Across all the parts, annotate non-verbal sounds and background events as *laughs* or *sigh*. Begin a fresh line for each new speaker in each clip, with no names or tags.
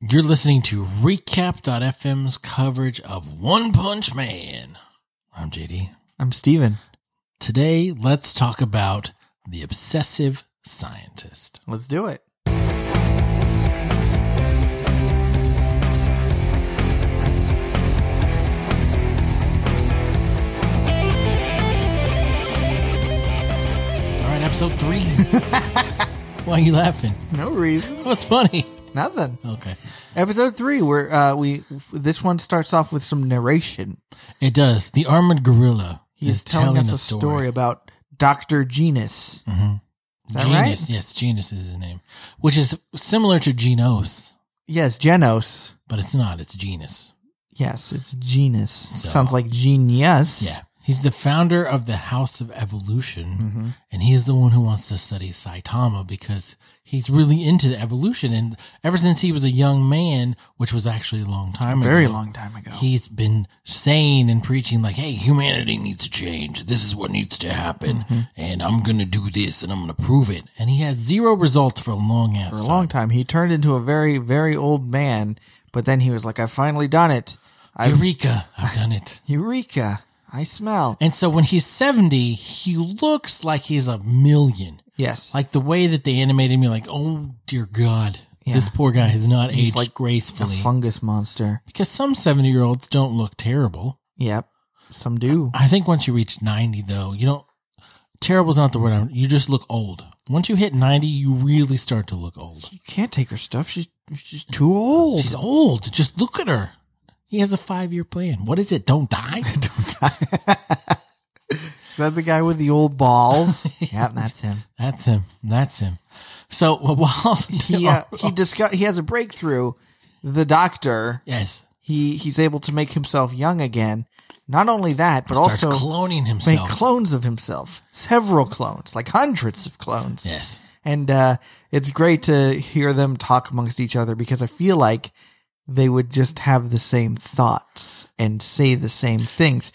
You're listening to Recap.fm's coverage of One Punch Man. I'm JD.
I'm Steven.
Today, let's talk about the obsessive scientist.
Let's do it.
All right, episode
*laughs*
three. Why are you laughing?
No reason.
What's funny?
Nothing.
Okay.
Episode three, where uh, we this one starts off with some narration.
It does. The armored gorilla
He's
is
telling, us a story.
story.
about Doctor Genus. Is that
Genus,
right?
yes, Genus is his name, which is similar to Genos,
Yes, Genos.
but it's not. It's Genus.
Yes, it's Genus.
So-
Sounds like genius.
Yeah. He's the founder of the House of Evolution,
Mhm.
and he is the one who wants to study Saitama because he's really into evolution. And ever since he was a young man, which was actually a long time ago,
Very long time ago.
he's been saying and preaching like, "Hey, humanity needs to change. This is what needs to happen,
Mm-hmm.
and I'm gonna do this, and I'm gonna prove it." And he had zero results for a long ass
for a
time.
long time. He turned into a very, very old man, but then he was like, I've finally done it. I've,
Eureka! I've done it.
Eureka! I smell.
And so when he's seventy, he looks like he's a million.
Yes.
like the way that they animated me like oh dear god
Yeah.
this poor guy has not
He's
aged
like a
gracefully
fungus monster.
because some 70 year olds don't look terrible
Yep. Some do.
i think once you reach 90 though you don't terrible's not the word I'm, you just look old once you hit 90 you really start to look old
You can't take her stuff. She's she's too old.
she's old just look at her he has a five year plan what is it don't die
*laughs*
don't die
Is that the guy with the old balls? *laughs* yeah, that's him.
that's him that's him so *laughs* well, while
*laughs* He uh, he discuss he has a breakthrough. The doctor
yes
he he's able to make himself young again. Not only that, but
starts
also
cloning
make
himself
clones of himself, several clones, like hundreds of clones.
yes
And uh, it's great to hear them talk amongst each other because I feel like they would just have the same thoughts and say the same things.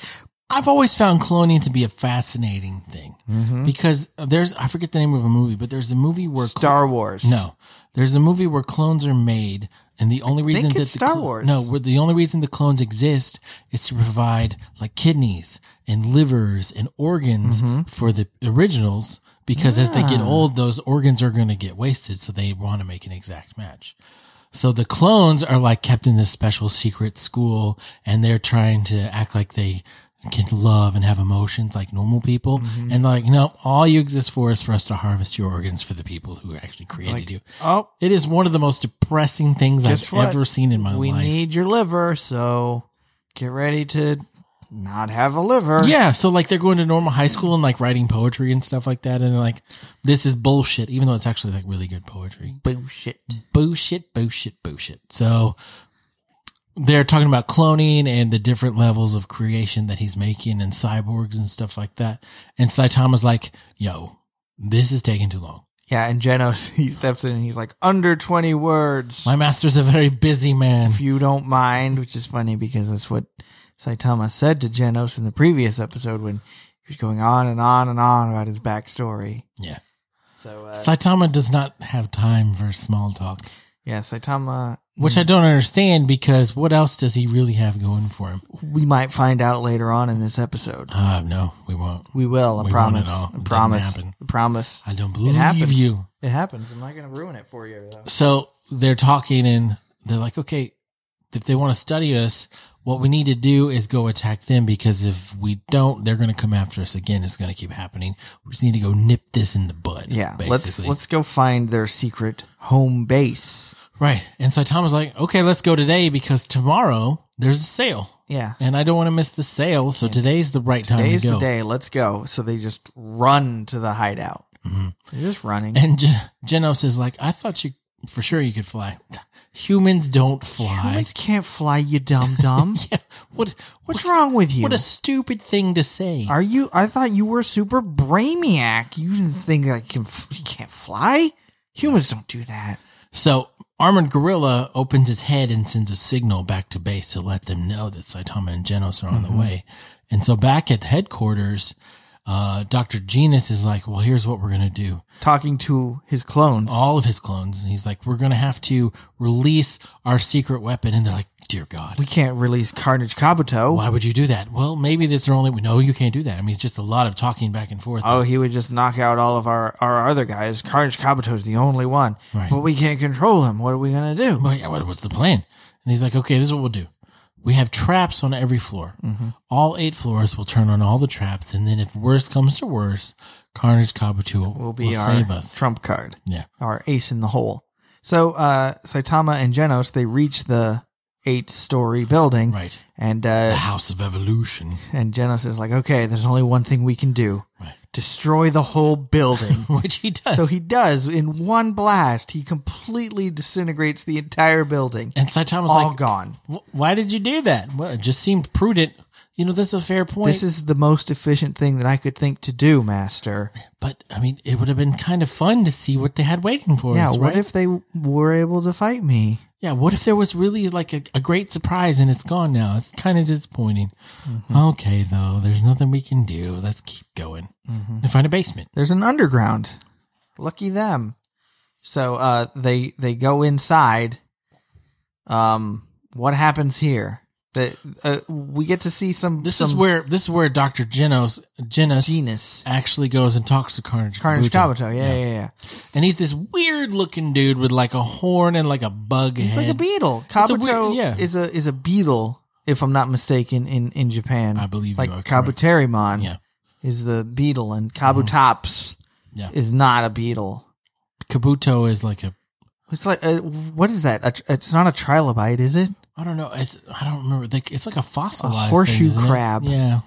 I've always found cloning to be a fascinating thing
Mm-hmm.
because there's I forget the name of a movie, but there's a movie where cl-
Star Wars.
no, there's a movie where clones are made, and the only reason
think
that
it's
the
Star
cl-
Wars.
no, where the only reason the clones exist is to provide like kidneys and livers and organs
Mm-hmm.
for the originals because as they
Ah.
get old, those organs are going to get wasted, so they want to make an exact match. So the clones are like kept in this special secret school and they're trying to act like they can love and have emotions like normal people.
Mm-hmm.
And like, no, all you exist for is for us to harvest your organs for the people who actually created you.
Oh,
It is one of the most depressing things
Guess
I've
what?
ever seen in my
we
life.
need your liver, so get ready to not have a liver.
yeah, so like they're going to normal high school and like writing poetry and stuff like that, and they're like, "This is bullshit," even though it's actually like really good poetry.
Bullshit.
bullshit, bullshit, bullshit. So they're talking about cloning and the different levels of creation that he's making and cyborgs and stuff like that. And Saitama's like, yo, this is taking too long.
Yeah, and Genos, *laughs* he steps in and he's like, under 20 words,
My master's a very busy man.
if you don't mind, which is funny because that's what Saitama said to Genos in the previous episode when he was going on and on and on about his backstory.
Yeah.
So, uh,
Saitama does not have time for small talk,
yeah, Saitama,
which I don't understand because what else does he really have going for him?
we might find out later on in this, episode.
Uh, no, we won't.
We will, I
We won't at
promise.
all. It
I
doesn't
promise.
happen.
I promise.
I don't
It
believe
happens.
you.
It happens. I'm not going to ruin it for you, though.
so they're talking and they're like, okay, if they want to study us, what we need to do is go attack them because if we don't, they're going to come after us again. It's going to keep happening. We just need to go nip this in the bud.
Yeah, let's
basically.
let's go find their secret home base.
right. And so Tom was like, okay, let's go today because tomorrow there's a sale
Yeah,
and I don't want to miss the sale. So today's the right time
today's
to go.
the day. Let's go. So they just run to the hideout.
Mm-hmm.
They're just running.
And Gen- Genos is like, I thought you for sure you could fly. Humans don't fly.
Humans can't fly, you dumb
*laughs*
dumb.
Yeah. What,
What's wrong with you?
what a stupid thing to say.
Are you? I thought you were super brainiac. You didn't think I can? f- You can't fly. Humans don't do that.
So Armored Gorilla opens his head and sends a signal back to base to let them know that Saitama and Genos are on the way. And so back at headquarters, Uh, Dr. Genus is like, well, here's what we're going to do.
talking to his clones.
All of his clones. And he's like, we're going to have to release our secret weapon. And they're like, dear God,
we can't release Carnage Kabuto.
why would you do that? Well, maybe that's their only, no, you can't do that. I mean, it's just a lot of talking back and forth.
Oh, he would just knock out all of our, our other guys. Carnage Kabuto's the only one.
Right.
But we can't control him. What are we going to do?
Well, yeah, what, what's the plan? And he's like, okay, this is what we'll do. We have traps on every floor.
Mm-hmm.
All eight floors will turn on all the traps, and then if worse comes to worse, Carnage Kabuto will,
will be
will
our
save us.
trump card,
Yeah,
our ace in the hole. So uh, Saitama and Genos, they reach the eight story building.
right.
And
The
uh,
House of Evolution. *laughs*
and Genos is like, okay, there's only one thing we can do
Right.
destroy the
*laughs*
whole building.
Which he does.
so he does. In one blast, he completely disintegrates the entire building.
and Saitama's
all
like,
gone.
"Wh- why did you do that? Well, it just seemed prudent. You know, that's a fair point.
This is the most efficient thing that I could think to do, Master.
but, I mean, it would have been kind of fun to see what they had waiting for
Yeah,
us,
what
right?
if they were able to fight me?
Yeah, what if there was really like a, a great surprise and it's gone now? It's kind of disappointing.
Mm-hmm.
Okay, though, there's nothing we can do. Let's keep going
Mm-hmm.
and find a basement.
There's an underground. Lucky them. So uh, they they go inside. Um, what happens here? That uh, we get to see some.
This
some
is where this is where Doctor Genos Genos
genus
actually goes and talks to Carnage.
Carnage
Kabuto.
Kabuto. Yeah, yeah, yeah.
and he's this weird looking dude with like a horn and like a bug
He's
head.
like a beetle.
It's a
Kabuto
weird- yeah.
is a is a beetle, if I'm not mistaken, in in Japan.
I believe
like
you are correct.
Kabuterimon
Yeah. Mm-hmm.
is the beetle, and Kabutops
Yeah.
is not a beetle.
Kabuto is like a
It's like uh, what is that? A, tr- it's not a trilobite, is it?
I don't know. It's I don't remember. Like it's like a fossilized thing,
horseshoe
isn't it?
crab.
Yeah.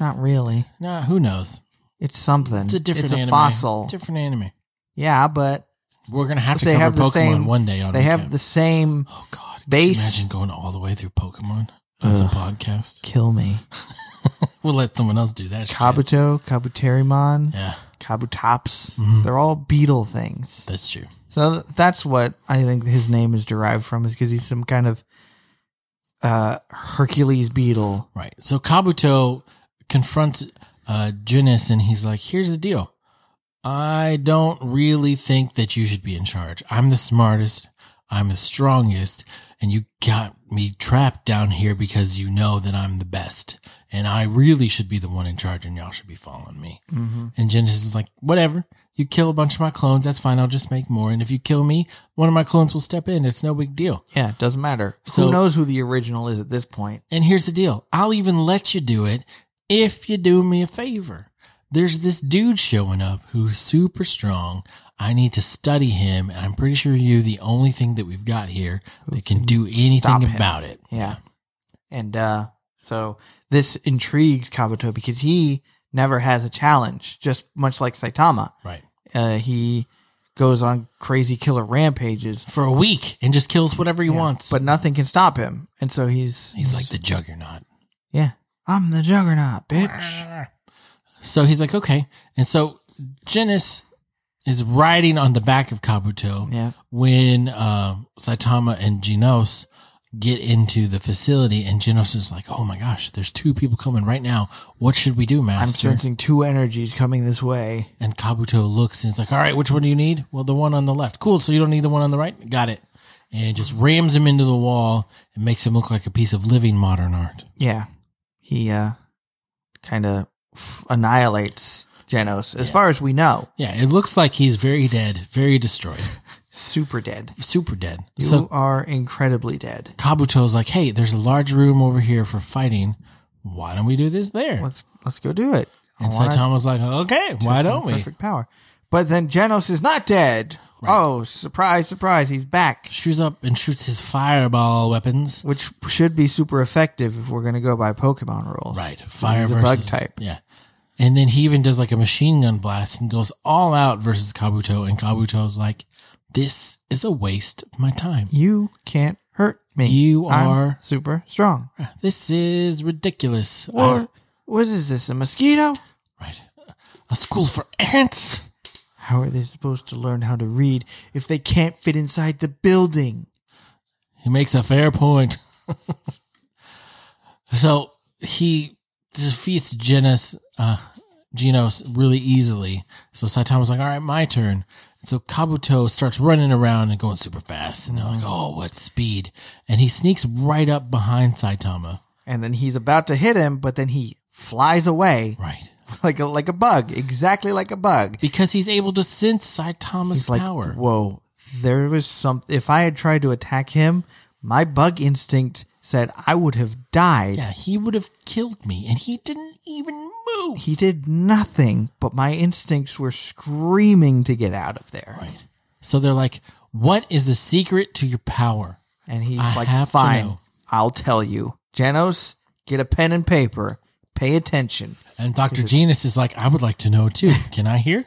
Not really.
Nah, who knows?
It's something.
It's a different
It's a
anime.
fossil.
Different anime.
yeah, but
We're gonna have
But
to
they
cover
have the
Pokemon
same-
one day on.
they have
recap.
the same.
oh god could
base-
you Imagine going all the way through Pokemon as
Ugh.
a podcast.
Kill me,
We'll let someone else do that. shit.
Kabuto, Kabuterimon,
Yeah,
Kabutops.
Mhm.
They're all beetle things.
that's true.
So th- that's what I think his name is derived from, is because he's some kind of uh, Hercules beetle.
Right. So Kabuto confronts uh, Junis and he's like, "Here's the deal. I don't really think that you should be in charge. I'm the smartest. I'm the strongest, and you got me trapped down here because you know that I'm the best, and I really should be the one in charge, and y'all should be following me."
Mm-hmm.
And Genesis is like, whatever. You kill a bunch of my clones. That's fine. I'll just make more. And if you kill me, one of my clones will step in. It's no big deal.
Yeah, it doesn't matter.
So-
who knows who the original is at this point?
And here's the deal I'll even let you do it if you do me a favor. There's this dude showing up who's super strong. I need to study him. And I'm pretty sure you're the only thing that we've got here that can do
Stop
anything
him.
about it.
Yeah. And uh, so this intrigues Kabuto because he never has a challenge, just much like Saitama.
Right.
Uh, he goes on crazy killer rampages,
For a week and just kills whatever he
yeah,
wants.
but nothing can stop him. And so he's
he's like the juggernaut.
yeah, I'm the juggernaut, bitch.
So he's like, okay. And so Genis is riding on the back of Kabuto
Yeah,
when uh, Saitama and Genos get into the facility. And Genos is like, oh my gosh, there's two people coming right now. What should we do,
I'm
Master?
sensing two energies coming this way.
and Kabuto looks and is like, all right, which one do you need? Well, the one on the left. Cool. So you don't need the one on the right? Got it. And just rams him into the wall and makes him look like a piece of living modern art.
Yeah, he uh, kind of annihilates Genos, as far as we know.
Yeah, it looks like he's very dead, very destroyed, *laughs*
Super dead.
super dead.
You
so
are incredibly dead.
Kabuto's like, hey, there's a large room over here for fighting. Why don't we do this there?
Let's let's go do it. I
and
wanna
Saitama's like, okay, why
have some
don't we?
Perfect power. But then Genos is not dead. Oh, surprise, surprise! He's back,
Shoots up and shoots his fireball weapons.
which should be super effective if we're going to go by Pokemon rules.
Right. Fire
He's a
versus
bug type.
Yeah. And then he even does like a machine gun blast and goes all out versus Kabuto. And Kabuto's like, this is a waste of my time.
You can't hurt me.
You
I'm
are-
super strong.
This is ridiculous.
Or
I-
what is this? A mosquito?
right. A school for ants.
How are they supposed to learn how to read if they can't fit inside the building?
He makes a fair point. *laughs* so he defeats Genis, uh, Gino s- really easily. So Saitama's like, all right, my turn. And so Kabuto starts running around and going super fast. And they're like, oh, what speed? And he sneaks right up behind Saitama.
and then he's about to hit him, but then he flies away
Right.
like a, like a bug, exactly like a bug.
Because he's able to sense Saitama's
He's like,
power.
whoa, there was some. If I had tried to attack him, my bug instinct said I would have died.
yeah, he would have killed me. And he didn't even move.
He did nothing, but my instincts were screaming to get out of there.
Right. So they're like, what is the secret to your power?
And he's
I have
like,
to
fine,
know."
I'll tell you. Janos, get a pen and paper. Pay attention.
And Dr. Genus is like, I would like to know
*laughs*
too. Can I hear?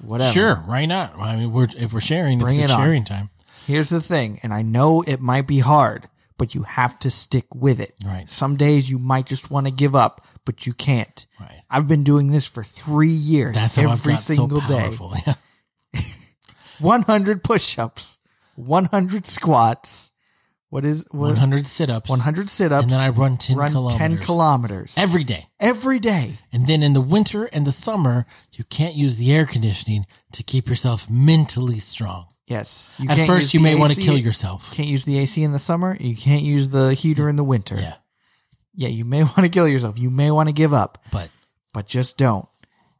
Whatever.
Sure, why not? I mean, we're, if we're sharing,
Bring
it's
it
for
on.
sharing time.
Here's the thing, and I know it might be hard, but you have to stick with it.
Right.
Some days you might just want to give up, but you can't.
Right.
I've been doing this for three years.
That's how
every
I've got
single
so
day.
powerful. *laughs* Yeah.
100 push-ups, 100 squats. What is what? 100,
100 sit ups.
sit-ups?
And then I run 10
run
kilometers.
10 kilometers
Every day.
every day.
And then in the winter and the summer, you can't use the air conditioning to keep yourself mentally strong.
Yes. You
At
can't
first,
use
you
the
may want to
AC
kill yourself.
Can't use the AC in the summer. You can't use the heater in the winter.
Yeah.
Yeah, you may *laughs* want to kill yourself. You may want to give up,
But,
but just don't.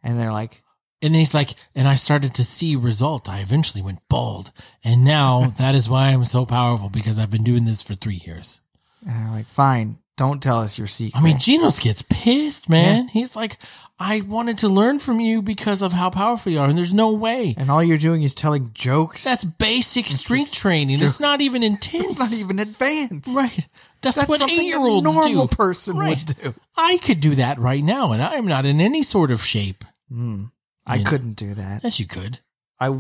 And they're like,
and then he's like, and I started to see result. I eventually went bald. And
*laughs*
now that is why I'm so powerful because I've been doing this for three years.
and they're uh, like, fine, don't tell us your secret.
I mean, Genos gets pissed, man. He's like, I wanted to learn from you because of how powerful you are, and there's no way.
and all you're doing is telling jokes.
That's basic strength training. It's not even intense.
It's not even advanced.
right. That's,
That's
what
something
eight
a
year olds
normal
do.
person
Right.
would do.
I could do that right now, and I'm not in any sort of shape.
I
Hmm. Yeah.
couldn't do that.
Yes, you could.
I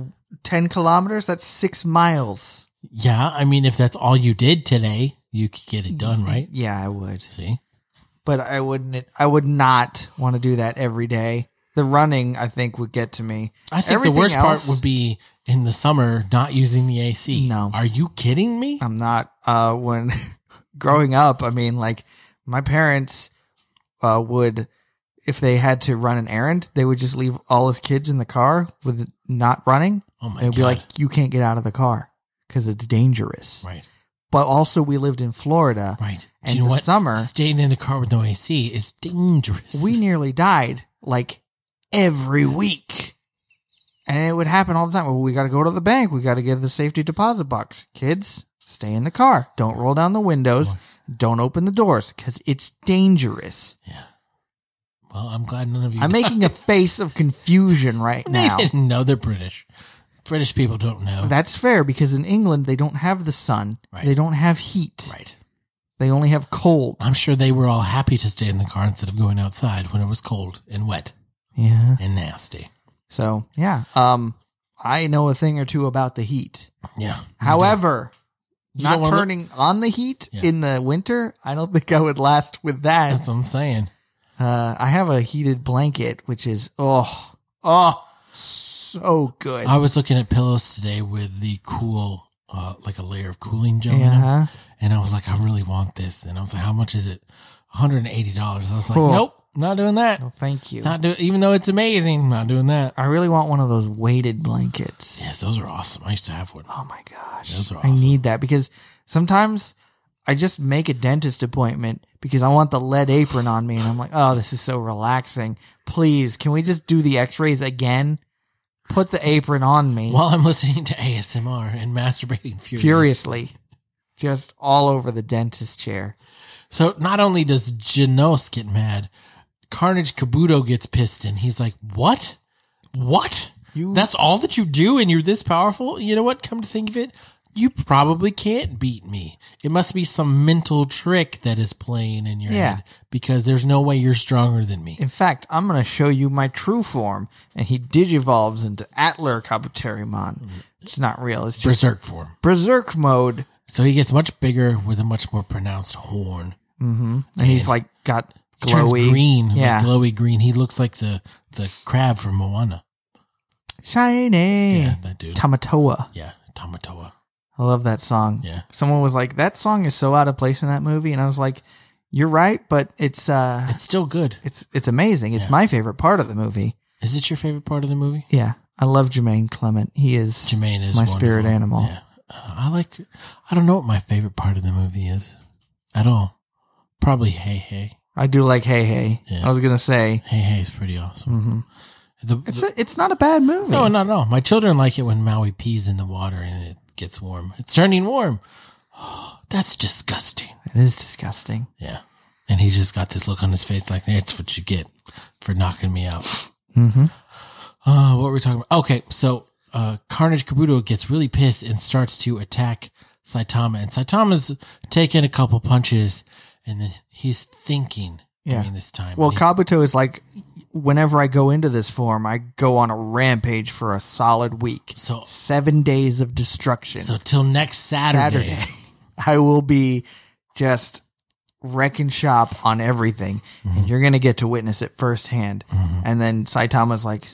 ten kilometers. That's six miles.
Yeah, I mean, if that's all you did today, you could get
Mm-hmm.
it done, right?
Yeah, I would,
See?
but I wouldn't. I would not want to do that every day. The running, I think, would get to me.
I think
Everything
the worst
else-
part would be in the summer not using the AC.
No.
Are you kidding me?
I'm not. Uh, when *laughs* growing up, I mean, like my parents uh, would, if they had to run an errand, they would just leave all us kids in the car with not running.
oh, my
They would
God.
be like, "You can't get out of the car because it's dangerous."
right,
But also, we lived in Florida.
right. Do
And
you know
the
what?
summer,
Staying in the car with no AC is dangerous.
we nearly died like every week. And it would happen all the time. Well, we got to go to the bank. We got to get the safety deposit box. Kids, stay in the car. Don't roll down the windows. Don't open the doors because it's dangerous.
Well, I'm glad none of you. *laughs*
I'm making a face of confusion right
they
now.
didn't know they're British. British people don't know.
That's fair because in England, they don't have the sun,
Right.
they don't have heat,
right.
they only have cold.
I'm sure they were all happy to stay in the car instead of going outside when it was cold and wet
Yeah.
and nasty.
So, yeah. Um, I know a thing or two about the heat.
Yeah.
However,
You don't
not
wanna-
turning on the heat
Yeah.
in the winter, I don't think I would last with that.
That's what I'm saying.
Uh, I have a heated blanket, which is oh, oh, so good.
I was looking at pillows today with the cool, uh, like a layer of cooling gel in them.
yeah,
And I was like, I really want this. And I was like, how much is it? $180. I was like,
Cool.
nope, not doing that.
no, thank you.
Not do even though it's amazing, not doing that.
I really want one of those weighted blankets.
Yes, those are awesome. I used to have one. *laughs*
Oh my gosh,
Those are
I
awesome.
need that because sometimes I just make a dentist appointment because I want the lead apron on me, and I'm like, oh, this is so relaxing. Please, can we just do the X-rays again? Put the apron on me.
While I'm listening to ASMR and masturbating furiously.
furiously, just all over the dentist chair.
So not only does Genos get mad, Carnage Kabuto gets pissed and he's like, What? What?
You-
That's all that you do and you're this powerful? You know what? Come to think of it, you probably can't beat me. It must be some mental trick that is playing in your
Yeah.
head because there's no way you're stronger than me.
In fact, I'm going to show you my true form, and he digivolves into Atler Kabuterimon. It's not real. It's just
Mm-hmm. Berserk form.
berserk mode,
So he gets much bigger with a much more pronounced horn.
Mm-hmm. and he's like got
He turns
glowy
green,
Yeah,
like glowy green. He looks like the the crab from Moana.
shiny
Yeah, that dude.
Tamatoa.
yeah, Tamatoa.
I love that song.
Yeah.
Someone was like, "That song is so out of place in that movie," and I was like, You're right, but it's uh
It's still good.
it's it's amazing. It's
Yeah.
my favorite part of the movie.
Is it your favorite part of the movie?
Yeah. I love Jermaine Clement. He is
Jermaine is
my
wonderful.
spirit animal.
Yeah. Uh, I like. I don't know what my favorite part of the movie is, at all. Probably Hey Hey.
I do like Hey Hey.
Yeah.
I was gonna say
Hey Hey is pretty awesome.
mhm.
The,
it's
the-
a, it's not a bad movie.
no, not at all. My children like it when Maui pees in the water and it gets warm. It's turning warm. *gasps* that's disgusting.
It is disgusting.
Yeah. And he just got this look on his face like, that's what you get for knocking me out.
Mm-hmm.
Uh, what were we talking about? Okay, so uh, Carnage Kabuto gets really pissed and starts to attack Saitama, and Saitama's taking a couple punches, and then he's thinking
Yeah.
during this time.
Well,
And he-
Kabuto is like, whenever I go into this form, I go on a rampage for a solid week.
so
Seven days of destruction.
so till next Saturday.
Saturday,
*laughs*
*laughs* I will be just wrecking shop on everything, and you're going to get to witness it firsthand.
Mhm.
And then Saitama's like,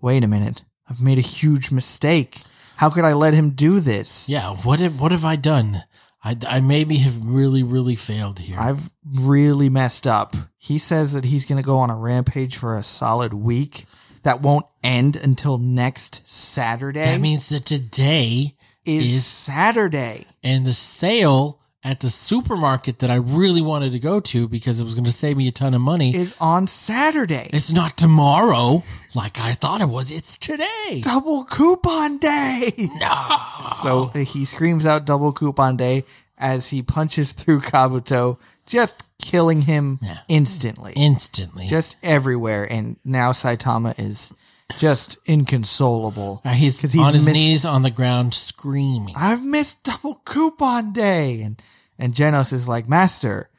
wait a minute, I've made a huge mistake. How could I let him do this?
Yeah, what have what have I done? I, I maybe have really really failed here.
I've really messed up. He says that he's going to go on a rampage for a solid week that won't end until next Saturday.
that means that today
is,
is-
Saturday.
and the sale at the supermarket that I really wanted to go to because it was going to save me a ton of money.
Is on Saturday.
it's not tomorrow like I thought it was. It's today.
double coupon day.
No.
So he screams out double coupon day as he punches through Kabuto, just killing him
Yeah.
instantly.
instantly.
just everywhere and now Saitama is just inconsolable.
Uh, he's
'Cause he's
on his
missed-
knees on the ground screaming.
I've missed double coupon day. And and Genos is like, Master,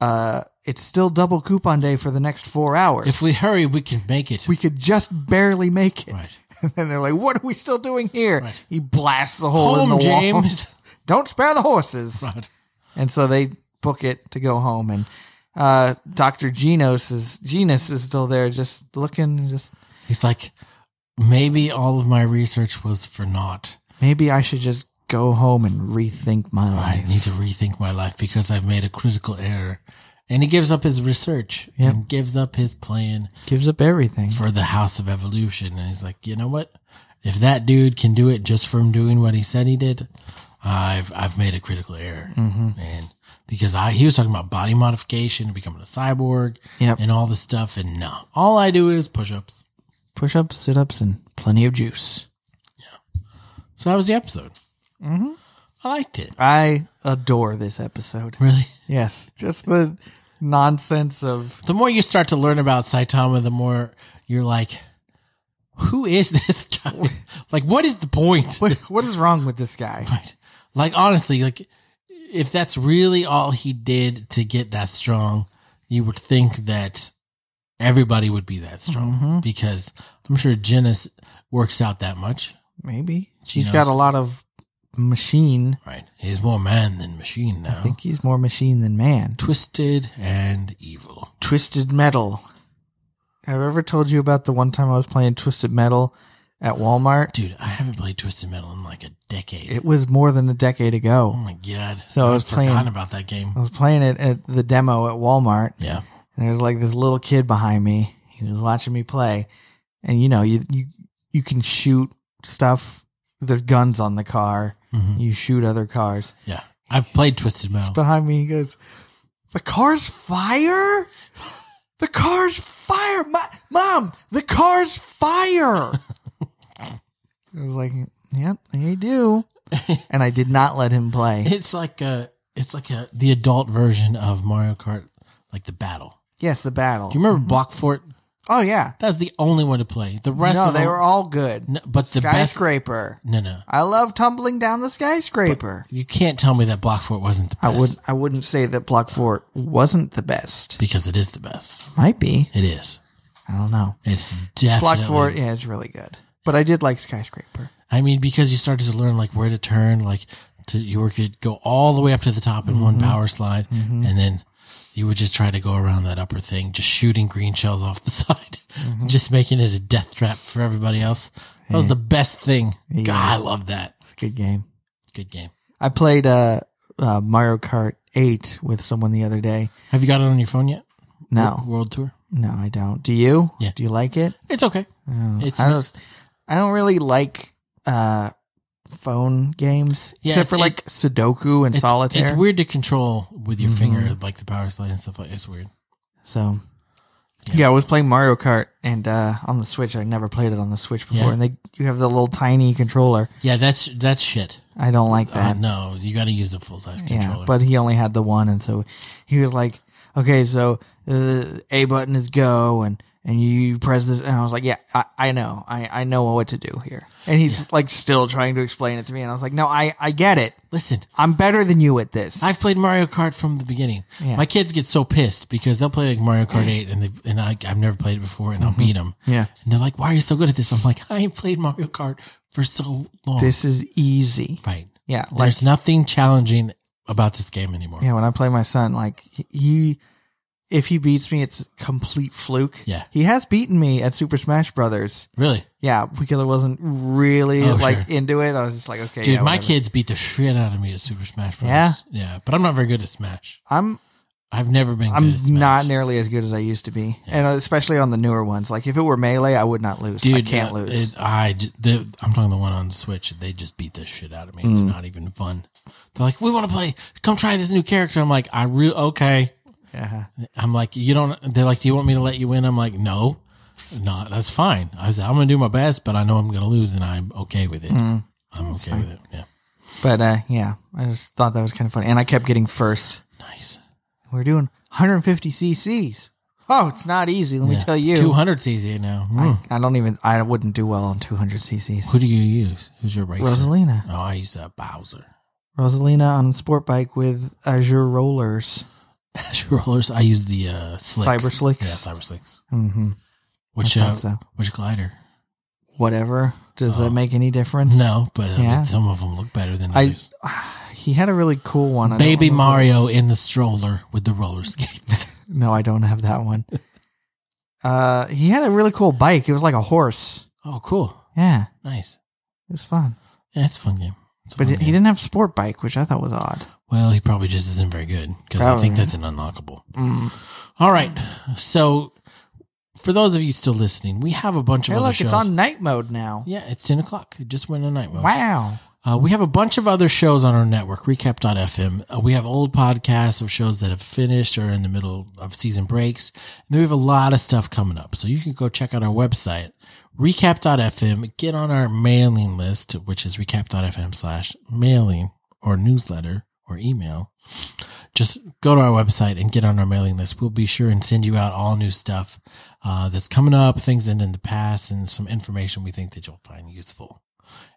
uh, it's still double coupon day for the next four hours.
if we hurry, we can make it.
we could just barely make it.
right.
*laughs* And then they're like, What are we still doing here?
Right.
He blasts the hole
Home,
in the wall.
James. *laughs*
*laughs* Don't spare the horses.
Right.
And so they book it to go home and uh, Dr. Genos is Genus is still there just looking just
He's like, maybe all of my research was for naught.
maybe I should just go home and rethink my
I
life.
need to rethink my life because I've made a critical error. And he gives up his research
Yep.
and gives up his plan
Gives up everything.
for the House of Evolution. And he's like, you know what? If that dude can do it just from doing what he said he did, I've I've made a critical error. Mm-hmm. And because I he was talking about body modification, becoming a cyborg,
Yep.
and all this stuff. And no, all I do is push ups.
push ups, sit ups, and plenty of juice.
So that was the episode. Mm-hmm. I liked it.
I adore this episode.
Really.
Yes, just the nonsense of
The more you start to learn about Saitama, the more you're like, who is this guy? *laughs* like, what is the point?
what, what is wrong with this guy?
Right. Like honestly, like if that's really all he did to get that strong, you would think that everybody would be that strong
Mm-hmm.
because I'm sure Janice works out that much.
Maybe
Genos.
she's got a lot of machine.
Right. He's more man than machine now.
I think he's more machine than man.
Twisted and evil.
Twisted metal. Have I ever told you about the one time I was playing Twisted Metal at Walmart?
Dude, I haven't played Twisted Metal in like a decade.
It was more than a decade ago.
oh my god.
So I was
I'd forgotten
playing- Oh.
about that game.
I was playing it at the demo at Walmart,
Yeah.
and there's like this little kid behind me. He was watching me play, and you know, you you you can shoot stuff. There's guns on the car.
Mhm.
You shoot other cars.
Yeah. I've played Twisted Metal.
Behind me, he goes, "The car's fire! The car's fire! My, Mom, the car's
*laughs*
fire!" I was like, "Yep, they do," and I did not let him play.
It's like a it's like a the adult version of Mario Kart, like the battle.
Yes, the battle.
Do you remember Blockfort?
Oh yeah.
That's the only one to play. The rest
No,
of them,
they were all good.
no, but the best.
skyscraper.
No, no,
I love tumbling down the skyscraper.
you can't tell me that Blockfort wasn't the
I
best.
would I wouldn't say that Block Fort wasn't the best.
because it is the best.
Might be.
It is.
I don't know.
It's definitely
Block Fort, yeah, it's really good. But I did like skyscraper.
I mean, because you started to learn like where to turn, like to you were could go all the way up to the top in one
Mm-hmm.
power slide, and then you would just try to go around that upper thing, just shooting green shells off the *laughs* side,
Mm-hmm.
just making it a death trap for everybody else. That was the best thing. God, I love that.
It's a good game.
Good game.
I played uh uh, Mario Kart 8 with someone the other day.
Have you got it on your phone yet?
No,
World Tour.
no, I don't. Do you?
Yeah.
Do you like it?
It's okay.
Oh,
It's
I don't. I don't really like uh, phone games
Yeah,
except
it's-
for like Sudoku and
It's,
Solitaire.
It's weird to control with your
Mhm.
finger, like the power slide and stuff like. It's weird.
So
Yeah.
yeah. I was playing Mario Kart and uh, on the Switch. I never played it on the Switch before,
Yeah.
and they you have the little tiny controller.
Yeah, that's that's shit.
I don't like
Uh,
that.
no, you got to use a full size controller.
yeah, but he only had the one, and so he was like, "Okay, so the A button is go, and and you press this." And I was like, "Yeah, I, I know, I, I know what to do here." And he's like still trying to explain it to me, and I was like, "No, I I get it.
listen,
I'm better than you at this."
I've played Mario Kart from the beginning.
Yeah.
My kids get so pissed because they'll play like Mario Kart 8 and they and I, I've never played it before and
Mm-hmm.
I'll beat them.
yeah,
And they're like, why are you so good at this? I'm like, I ain't played Mario Kart for so long.
this is easy.
right.
Yeah, like
There's nothing challenging about this game anymore.
Yeah, when I play my son, like he, if he beats me, it's a complete fluke.
Yeah.
he has beaten me at Super Smash Brothers.
Really?
Yeah, because I wasn't really
Oh,
like
sure.
into it. I was just like, okay,
Dude,
yeah,
my
whatever.
kids beat the shit out of me at Super Smash Bros.
Yeah?
Yeah. But I'm not very good at Smash.
I'm
I've never been good at Smash.
I'm not nearly as good as I used to be, and uh, especially on the newer ones. Like if it were melee, I would not lose. I can't
uh,
lose.
It, I, j- the, I'm talking the one on the Switch. They just beat the shit out of me.
Mm.
It's not even fun. They're like, we want to play. Come try this new character. I'm like, I real okay.
yeah,
I'm like, you don't. They're like, do you want me to let you in? I'm like, no, no, that's fine. I was, I'm gonna do my best, but I know I'm gonna lose, and I'm okay with it.
Mm.
I'm okay with it. Yeah,
but uh, yeah, I just thought that was kind of funny, and I kept getting first.
nice.
We're doing 150 cc's. Oh, it's not easy. Let me tell you.
200 CC now. Hmm.
I, I don't even. I wouldn't do well on 200 cc's.
Who do you use? Who's your racer?
Rosalina.
Oh, I use uh, Bowser. *laughs*
Rosalina on sport bike with Azure rollers.
Rollers. I use the uh, slicks.
Cyber Slicks?
Yeah, cyber slicks.
Mm-hmm.
Which
I thought
uh,
so.
which glider?
Whatever. Does that make any difference?
No, but I mean,
Yeah.
some of them look better than
I.
others.
He had a really cool one. I don't
Baby
remember what it
Mario
was.
in the stroller with the roller skates.
*laughs* No, I don't have that one. uh, he had a really cool bike. It was like a horse.
oh, cool.
Yeah, it
Nice.
was fun.
Yeah, it's a fun game. It's a
But
fun
he
game.
didn't have sport bike, which I thought was odd.
Well, he probably just isn't very good because I think
Probably.
that's an unlockable.
Mm.
All right. So, for those of you still listening, we have a bunch of
Hey,
other
look,
shows.
it's on night mode now.
Yeah, it's 10 o'clock. It just went on night mode.
Wow.
Uh, we have a bunch of other shows on our network, recap.fm. Uh, we have old podcasts of shows that have finished or in the middle of season breaks. And then we have a lot of stuff coming up. So you can go check out our website, recap.fm, get on our mailing list, which is recap.fm slash mailing or newsletter or email. Just go to our website and get on our mailing list. We'll be sure and send you out all new stuff uh, that's coming up, things in, in the past, and some information we think that you'll find useful.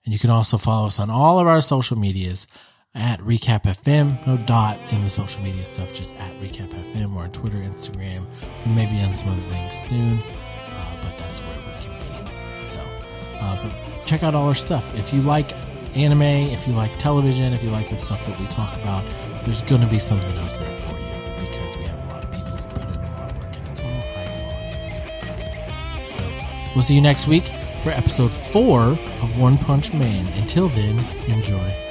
And you can also follow us on all of our social medias at Recap FM. No dot in the social media stuff, just at Recap FM. We're on Twitter, Instagram, and maybe on some other things soon. Uh, but that's where we can be. So, uh, but check out all our stuff. If you like anime, if you like television, if you like the stuff that we talk about, there's going to be something else there for you because we have a lot of people who put in a lot of work and it's all high quality. So we'll see you next week for episode four of One Punch Man. Until then, enjoy.